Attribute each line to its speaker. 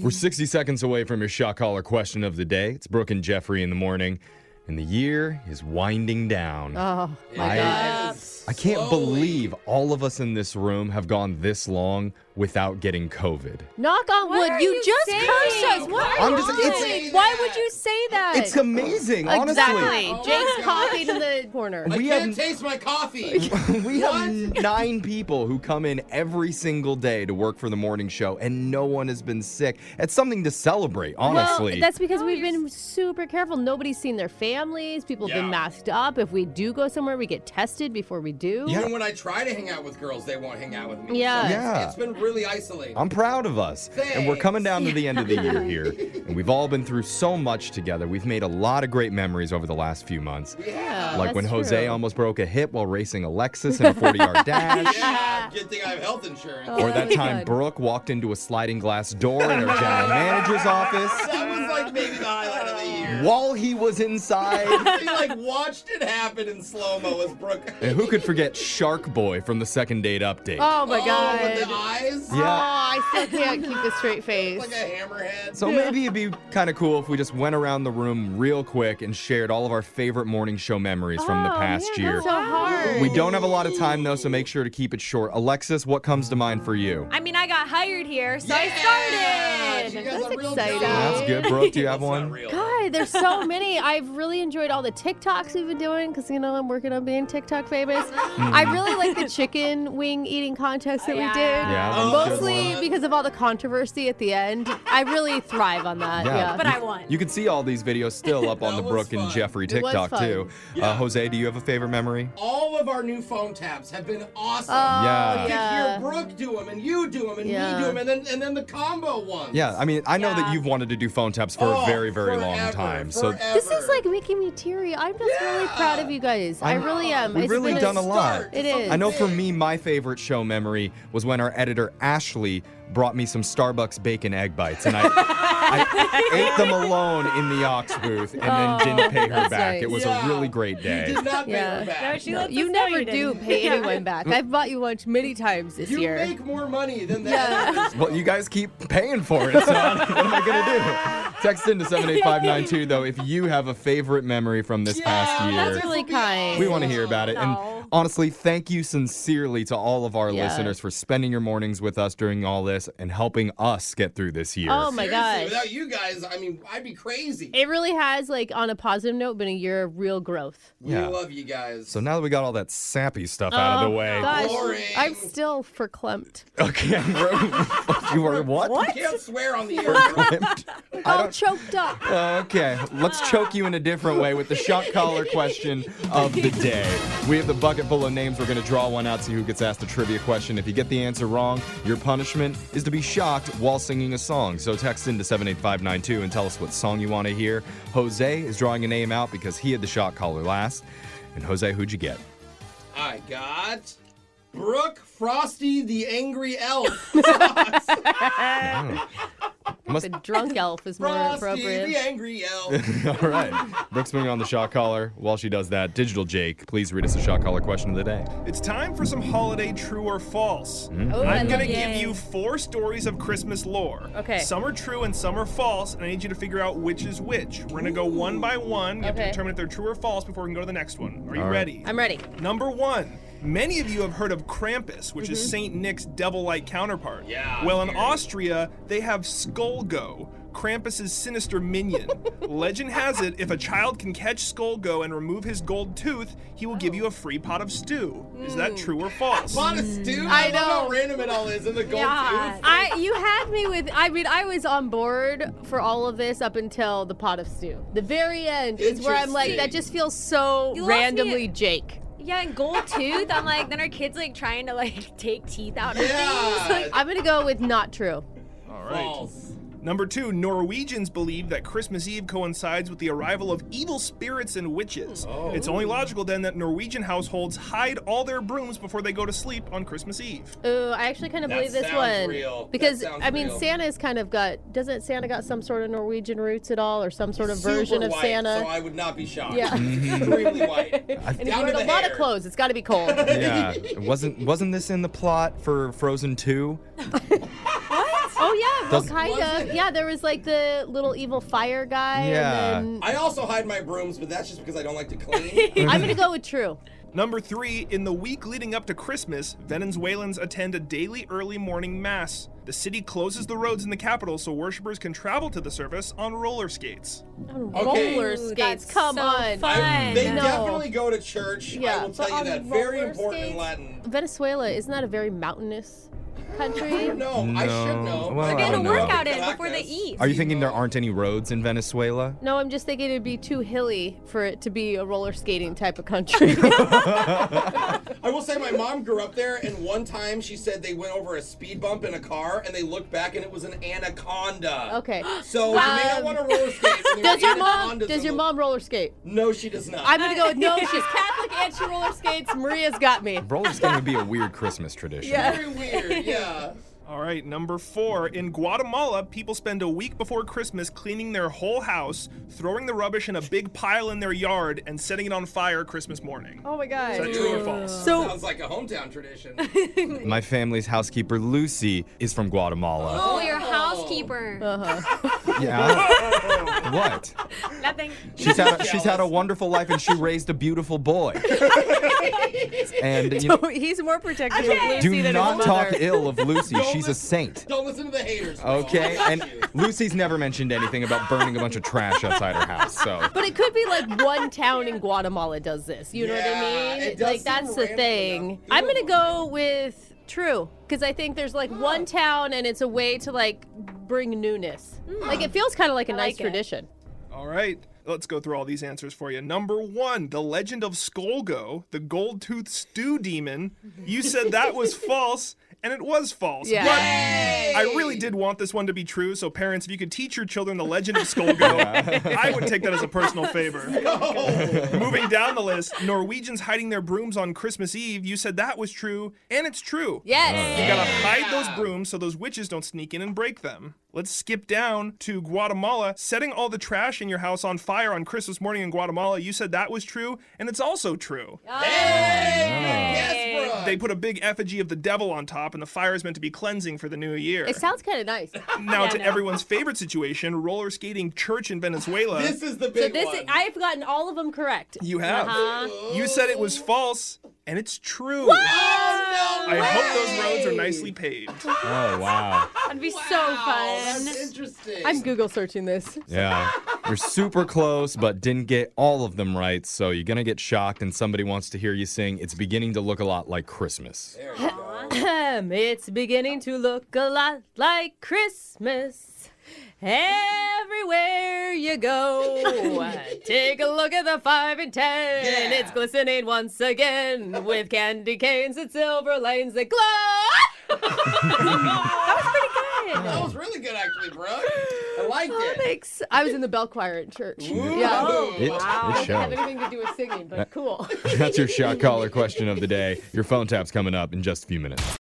Speaker 1: We're 60 seconds away from your shot caller question of the day. It's Brooke and Jeffrey in the morning, and the year is winding down.
Speaker 2: Oh, my
Speaker 1: I-
Speaker 2: God.
Speaker 1: I can't believe all of us in this room have gone this long without getting COVID.
Speaker 2: Knock on
Speaker 3: are
Speaker 2: wood, you,
Speaker 3: you
Speaker 2: just
Speaker 3: saying?
Speaker 2: cursed us. Why,
Speaker 1: I'm
Speaker 2: are
Speaker 1: just-
Speaker 2: you
Speaker 1: it's-
Speaker 2: saying- Why would you say that? Oh,
Speaker 1: It's amazing,
Speaker 2: Exactly.
Speaker 1: honestly.
Speaker 2: Jake's coughing in the corner.
Speaker 1: We
Speaker 4: I can't
Speaker 1: have
Speaker 4: taste my coffee.
Speaker 1: we have nine people who come in every single day to work for the morning show, and no one has been sick. It's something to celebrate, honestly.
Speaker 2: Well, that's because we've been super careful. Nobody's seen their families. People have been
Speaker 4: Yeah.
Speaker 2: masked up. If we do go somewhere, we get tested before we do.
Speaker 4: Even when I try to hang out with girls, they won't hang out with me.
Speaker 2: Yeah.
Speaker 4: So it's-
Speaker 1: Yeah. Um,
Speaker 4: It's been really isolating.
Speaker 1: I'm proud of us. And we're coming down to the end of the year here. And we've all been through so much together. We've made a lot of great memories over the last few months.
Speaker 2: Yeah,
Speaker 1: like when
Speaker 2: that's
Speaker 1: Jose
Speaker 2: true.
Speaker 1: almost broke a hip while racing a Lexus in a 40 yard dash.
Speaker 4: yeah. Good thing I have health insurance.
Speaker 1: Or
Speaker 2: Oh
Speaker 1: that
Speaker 2: my
Speaker 1: time
Speaker 2: God.
Speaker 1: Brooke walked into a sliding glass door in her general manager's office
Speaker 4: That was like maybe the highlight of the year.
Speaker 1: while he was inside.
Speaker 4: He like watched it happen in slow mo as Brooke.
Speaker 1: And who could forget Shark Boy from the second date update?
Speaker 2: Oh my
Speaker 4: Oh,
Speaker 2: god.
Speaker 4: with the eyes.
Speaker 2: Oh,
Speaker 1: Yeah.
Speaker 2: I still can't keep a straight face.
Speaker 4: Like a hammerhead.
Speaker 1: So maybe it'd be kind of cool if we just went around the room real quick and shared all of our favorite morning show memories from the
Speaker 2: Oh,
Speaker 1: past
Speaker 2: man,
Speaker 1: year.
Speaker 2: That's so hard.
Speaker 1: We don't have a lot of time though, so make sure to keep it short. Alexis, what comes to mind for you?
Speaker 3: I mean, I got hired here, so I
Speaker 4: Yeah,
Speaker 3: started.
Speaker 4: she got
Speaker 2: That's
Speaker 4: a real
Speaker 2: exciting.
Speaker 4: job.
Speaker 1: That's good, Brooke. Do you have
Speaker 4: That's not
Speaker 1: one?
Speaker 4: real.
Speaker 2: God, there's so many. I've really enjoyed all the TikToks we've been doing because, you know, I'm working on being TikTok famous.
Speaker 1: Hmm.
Speaker 2: I really like the chicken wing eating contest that we
Speaker 3: Yeah.
Speaker 2: did.
Speaker 3: Yeah,
Speaker 1: that was a good
Speaker 2: Mostly
Speaker 4: one.
Speaker 2: because of all the controversy at the end. I really thrive on that.
Speaker 1: Yeah.
Speaker 2: Yeah.
Speaker 3: But I won.
Speaker 1: You can see all these videos still up on the
Speaker 4: That was
Speaker 1: Brooke and
Speaker 4: fun.
Speaker 1: Jeffrey
Speaker 2: It was
Speaker 1: TikTok
Speaker 2: fun.
Speaker 1: too. Uh,
Speaker 4: Yeah.
Speaker 1: Jose, do you have a favorite memory?
Speaker 4: All of our new phone tabs have been awesome.
Speaker 2: Oh,
Speaker 1: Yeah.
Speaker 2: yeah.
Speaker 4: to hear Brooke do them and you do them and
Speaker 2: Yeah.
Speaker 4: me do them and then and then the combo ones.
Speaker 1: Yeah, I mean, I know that
Speaker 3: Yeah.
Speaker 1: you've wanted to do phone taps for
Speaker 4: Oh,
Speaker 1: a very, very long
Speaker 4: forever,
Speaker 1: time. So
Speaker 4: forever.
Speaker 2: This is like making me teary. I'm just really
Speaker 4: Yeah.
Speaker 2: proud of you guys. i
Speaker 1: I'm-
Speaker 2: really am.
Speaker 1: we've
Speaker 2: It's
Speaker 1: really
Speaker 2: been
Speaker 1: done a lot.
Speaker 4: start
Speaker 2: It
Speaker 4: to
Speaker 2: is.
Speaker 1: I know for
Speaker 4: big.
Speaker 1: me, my favorite show memory was when our editor Ashley brought me some Starbucks bacon egg bites, and I, I ate them alone in the Ox booth, and then didn't pay her back.
Speaker 2: Oh, that's nice.
Speaker 1: It was
Speaker 4: Yeah.
Speaker 1: a really great day.
Speaker 4: You did not pay
Speaker 2: Yeah.
Speaker 4: her
Speaker 3: No,
Speaker 4: back.
Speaker 3: she lets
Speaker 2: You
Speaker 3: us know
Speaker 2: never do
Speaker 3: didn't.
Speaker 2: pay
Speaker 3: Yeah.
Speaker 2: anyone back. I've bought you lunch many times this
Speaker 4: you
Speaker 2: year.
Speaker 4: make more money than that.
Speaker 2: Yeah.
Speaker 1: Well, you guys keep paying for it, so what am I gonna do? Text into seven eight five nine two though if you have a favorite memory from this past year.
Speaker 2: That's really kind.
Speaker 1: We want to hear about it.
Speaker 3: No.
Speaker 1: And honestly, thank you sincerely to all of our
Speaker 2: Yeah.
Speaker 1: listeners for spending your mornings with us during all this and helping us get through this year.
Speaker 2: Oh my
Speaker 4: Seriously,
Speaker 2: gosh.
Speaker 4: without you guys, I mean, I'd be crazy.
Speaker 2: It really has, like, on a positive note, been a year of real growth.
Speaker 4: we
Speaker 1: Yeah.
Speaker 4: love you guys.
Speaker 1: So now that we got all that sappy stuff out
Speaker 4: Oh,
Speaker 1: of the way,
Speaker 2: Oh Gosh,
Speaker 4: Boring.
Speaker 2: I'm still verklempt.
Speaker 1: okay, we're- you were what?
Speaker 4: you can't swear on the air.
Speaker 2: All choked up.
Speaker 1: Okay, let's choke you in a different way with the shot collar question of the day. We have the bucket full of names. We're going to draw one out, see who gets asked a trivia question. If you get the answer wrong, your punishment is to be shocked while singing a song. So text into 78592 and tell us what song you want to hear. Jose is drawing a name out because he had the shot collar last. And Jose, who'd you get?
Speaker 4: I got Brooke Frosty the Angry Elf. Sauce.
Speaker 1: Must-
Speaker 2: The drunk elf is more
Speaker 4: Frosty the
Speaker 2: appropriate.
Speaker 4: Angry Elf.
Speaker 1: All right. Brooks bring on the shot collar. While she does that, Digital Jake, please read us the shot collar question of the day.
Speaker 5: It's time for some holiday true or false.
Speaker 2: Oh, I
Speaker 5: I'm
Speaker 2: love
Speaker 5: gonna
Speaker 2: it.
Speaker 5: give you four stories of Christmas lore.
Speaker 2: Okay.
Speaker 5: Some are true and some are false, and I need you to figure out which is which. We're gonna go one by one. You have to
Speaker 2: Okay.
Speaker 5: determine if they're true or false before we can go to the next one. Are you
Speaker 1: right.
Speaker 5: ready?
Speaker 2: I'm ready.
Speaker 5: Number one. Many of you have heard of Krampus, which is Saint Nick's devil-like counterpart.
Speaker 4: Yeah,
Speaker 5: Well, in
Speaker 4: scary.
Speaker 5: Austria, they have Skolgo, Krampus's sinister minion. Legend has it, if a child can catch Skolgo and remove his gold tooth, he will give you a free pot of stew. Is that true or false?
Speaker 4: Honest, dude.
Speaker 2: I
Speaker 4: love how
Speaker 2: know.
Speaker 4: random it all is in the gold
Speaker 3: Yeah.
Speaker 4: tooth.
Speaker 2: I you had me with I mean I was on board for all of this up until the pot of stew. The very end is where I'm like that
Speaker 4: Interesting.
Speaker 2: just feels so
Speaker 3: You lost me
Speaker 2: randomly
Speaker 3: at-
Speaker 2: Jake.
Speaker 3: Yeah, and gold tooth. I'm like, then our kids like trying to like take teeth out of
Speaker 4: Yeah.
Speaker 3: things. Like,
Speaker 2: I'm gonna go with not true.
Speaker 5: All
Speaker 4: False.
Speaker 5: Number two, Norwegians believe that Christmas Eve coincides with the arrival of evil spirits and witches. It's only logical then that Norwegian households hide all their brooms before they go to sleep on Christmas Eve.
Speaker 2: Ooh, I actually kind of
Speaker 4: That
Speaker 2: believe this
Speaker 4: sounds
Speaker 2: one
Speaker 4: real. That
Speaker 2: because
Speaker 4: sounds
Speaker 2: I mean
Speaker 4: real.
Speaker 2: Santa's kind of got doesn't Santa got some sort of Norwegian roots at all or some sort of version
Speaker 4: Super
Speaker 2: of
Speaker 4: white,
Speaker 2: Santa?
Speaker 4: So I would not be shocked.
Speaker 2: Yeah.
Speaker 1: Mm-hmm.
Speaker 4: Extremely white.
Speaker 2: and he's wearing a lot of clothes. It's got to be cold.
Speaker 1: Yeah, wasn't wasn't this in the plot for Frozen Two?
Speaker 2: Oh yeah, well,
Speaker 1: Doesn't-
Speaker 2: kind
Speaker 4: Was
Speaker 2: of.
Speaker 4: it?
Speaker 2: Yeah, there was like the little evil fire guy.
Speaker 1: Yeah.
Speaker 2: And
Speaker 4: I also hide my brooms, but that's just because I don't like to clean.
Speaker 2: then I'm gonna go with true.
Speaker 5: Number three, in the week leading up to Christmas, Venezuelans attend a daily early morning mass. The city closes the roads in the capital so worshippers can travel to the service on roller skates.
Speaker 4: Okay.
Speaker 2: Roller
Speaker 3: Ooh,
Speaker 2: skates.
Speaker 3: that's
Speaker 2: Come
Speaker 3: so
Speaker 2: on.
Speaker 3: fun.
Speaker 4: I, they
Speaker 2: No.
Speaker 4: definitely go to church.
Speaker 2: Yeah,
Speaker 4: I will
Speaker 2: but
Speaker 4: tell you
Speaker 2: on
Speaker 4: that. Very
Speaker 2: roller
Speaker 4: important in
Speaker 2: skates?
Speaker 4: Latin.
Speaker 2: Venezuela is not a very mountainous
Speaker 4: I
Speaker 2: country.
Speaker 4: don't know. I should
Speaker 1: No.
Speaker 4: know.
Speaker 1: Well,
Speaker 4: I
Speaker 1: I
Speaker 3: Get a
Speaker 1: don't know.
Speaker 3: workout in before they eat.
Speaker 1: Are you thinking there aren't any roads in Venezuela?
Speaker 2: No, I'm just thinking it'd be too hilly for it to be a roller skating type of country.
Speaker 4: I will say my mom grew up there, and one time she said they went over a speed bump in a car, and they looked back, and it was an anaconda.
Speaker 2: okay.
Speaker 4: So you may not
Speaker 2: Um,
Speaker 4: want to roller skate. when
Speaker 2: Does
Speaker 4: you're
Speaker 2: your
Speaker 4: in
Speaker 2: mom
Speaker 4: anacondas
Speaker 2: does
Speaker 4: in
Speaker 2: your
Speaker 4: the-
Speaker 2: mom roller skate?
Speaker 4: No, she does not.
Speaker 2: I'm gonna go with no. She's Catholic and she roller skates. Maria's got me.
Speaker 1: Roller skating would be a weird Christmas tradition.
Speaker 2: Yeah.
Speaker 4: Very weird. Yeah.
Speaker 5: All right, number four. In Guatemala, people spend a week before Christmas cleaning their whole house, throwing the rubbish in a big pile in their yard, and setting it on fire Christmas morning.
Speaker 2: Oh my
Speaker 5: Is that
Speaker 2: god.
Speaker 5: true or false?
Speaker 2: So-
Speaker 4: sounds like a hometown tradition.
Speaker 1: My family's housekeeper, Lucy, is from Guatemala.
Speaker 3: Oh, your housekeeper.
Speaker 2: Uh-huh.
Speaker 4: Oh.
Speaker 1: Yeah. what?
Speaker 3: Nothing.
Speaker 1: She's had, a, she's had a wonderful life and she raised a beautiful boy. and you know,
Speaker 2: He's more protective of Lucy than
Speaker 1: do
Speaker 2: his
Speaker 1: not talk
Speaker 2: mother.
Speaker 1: ill of Lucy.
Speaker 4: Don't
Speaker 1: She's a
Speaker 4: listen-
Speaker 1: saint.
Speaker 4: Don't listen to the haters. Paul.
Speaker 1: Okay,
Speaker 4: I
Speaker 1: and
Speaker 4: got you.
Speaker 1: Lucy's never mentioned anything about burning a bunch of trash outside her house. So
Speaker 2: But it could be like one town in Guatemala does this. You know
Speaker 4: Yeah,
Speaker 2: what I mean?
Speaker 4: it does
Speaker 2: like
Speaker 4: seem
Speaker 2: that's the
Speaker 4: random
Speaker 2: thing.
Speaker 4: enough.
Speaker 2: I'm gonna go with true because I think there's like
Speaker 4: Oh.
Speaker 2: one town and it's a way to like bring newness.
Speaker 4: Hmm.
Speaker 2: Like it feels kind of like a
Speaker 3: I
Speaker 2: nice
Speaker 3: like it.
Speaker 2: tradition.
Speaker 5: All right, let's go through all these answers for you. Number one, the legend of Skolgo, the gold toothed stew demon. You said that was false, and it was false.
Speaker 2: Yeah.
Speaker 5: But I really did want this one to be true, so parents, if you could teach your children the legend of Skolgo, I would take that as a personal favor.
Speaker 4: Oh,
Speaker 5: Moving down the list, Norwegians hiding their brooms on Christmas Eve. You said that was true, and it's true.
Speaker 2: Yes.
Speaker 5: You gotta hide those brooms so those witches don't sneak in and break them. Let's skip down to Guatemala. Setting all the trash in your house on fire on Christmas morning in Guatemala, you said that was true, and it's also true.
Speaker 4: yes, bro.
Speaker 5: They put a big effigy of the devil on top, and the fire is meant to be cleansing for the new year.
Speaker 2: It sounds kind of nice.
Speaker 5: now, to everyone's favorite situation roller skating church in Venezuela.
Speaker 4: this is the
Speaker 2: So
Speaker 4: big
Speaker 2: this
Speaker 4: one.
Speaker 2: is, I've gotten all of them correct.
Speaker 5: you have.
Speaker 2: Uh-huh.
Speaker 5: You said it was false, and it's true.
Speaker 4: oh no
Speaker 5: I
Speaker 4: way.
Speaker 5: hope those roads are nicely paved.
Speaker 1: Oh wow.
Speaker 2: That'd be
Speaker 4: Wow,
Speaker 2: so fun.
Speaker 4: That's interesting.
Speaker 2: I'm Google searching this.
Speaker 1: Yeah. You're super close, but didn't get all of them right, so you're gonna get shocked and somebody wants to hear you sing It's beginning to look a lot like Christmas.
Speaker 4: There you go.
Speaker 2: Ahem, it's beginning to look a lot like Christmas. Everywhere you go, take a look at the five and ten.
Speaker 4: Yeah.
Speaker 2: It's glistening once again with candy canes and silver lanes that glow.
Speaker 4: That was really good, actually, bro. I liked it.
Speaker 2: Thanks. I was in the bell choir at church.
Speaker 4: Ooh.
Speaker 2: Yeah. Oh,
Speaker 1: It,
Speaker 3: Wow.
Speaker 1: it
Speaker 2: Doesn't have
Speaker 1: shows.
Speaker 2: anything to do with singing, but cool.
Speaker 1: That's your shot caller question of the day. Your phone tap's coming up in just a few minutes.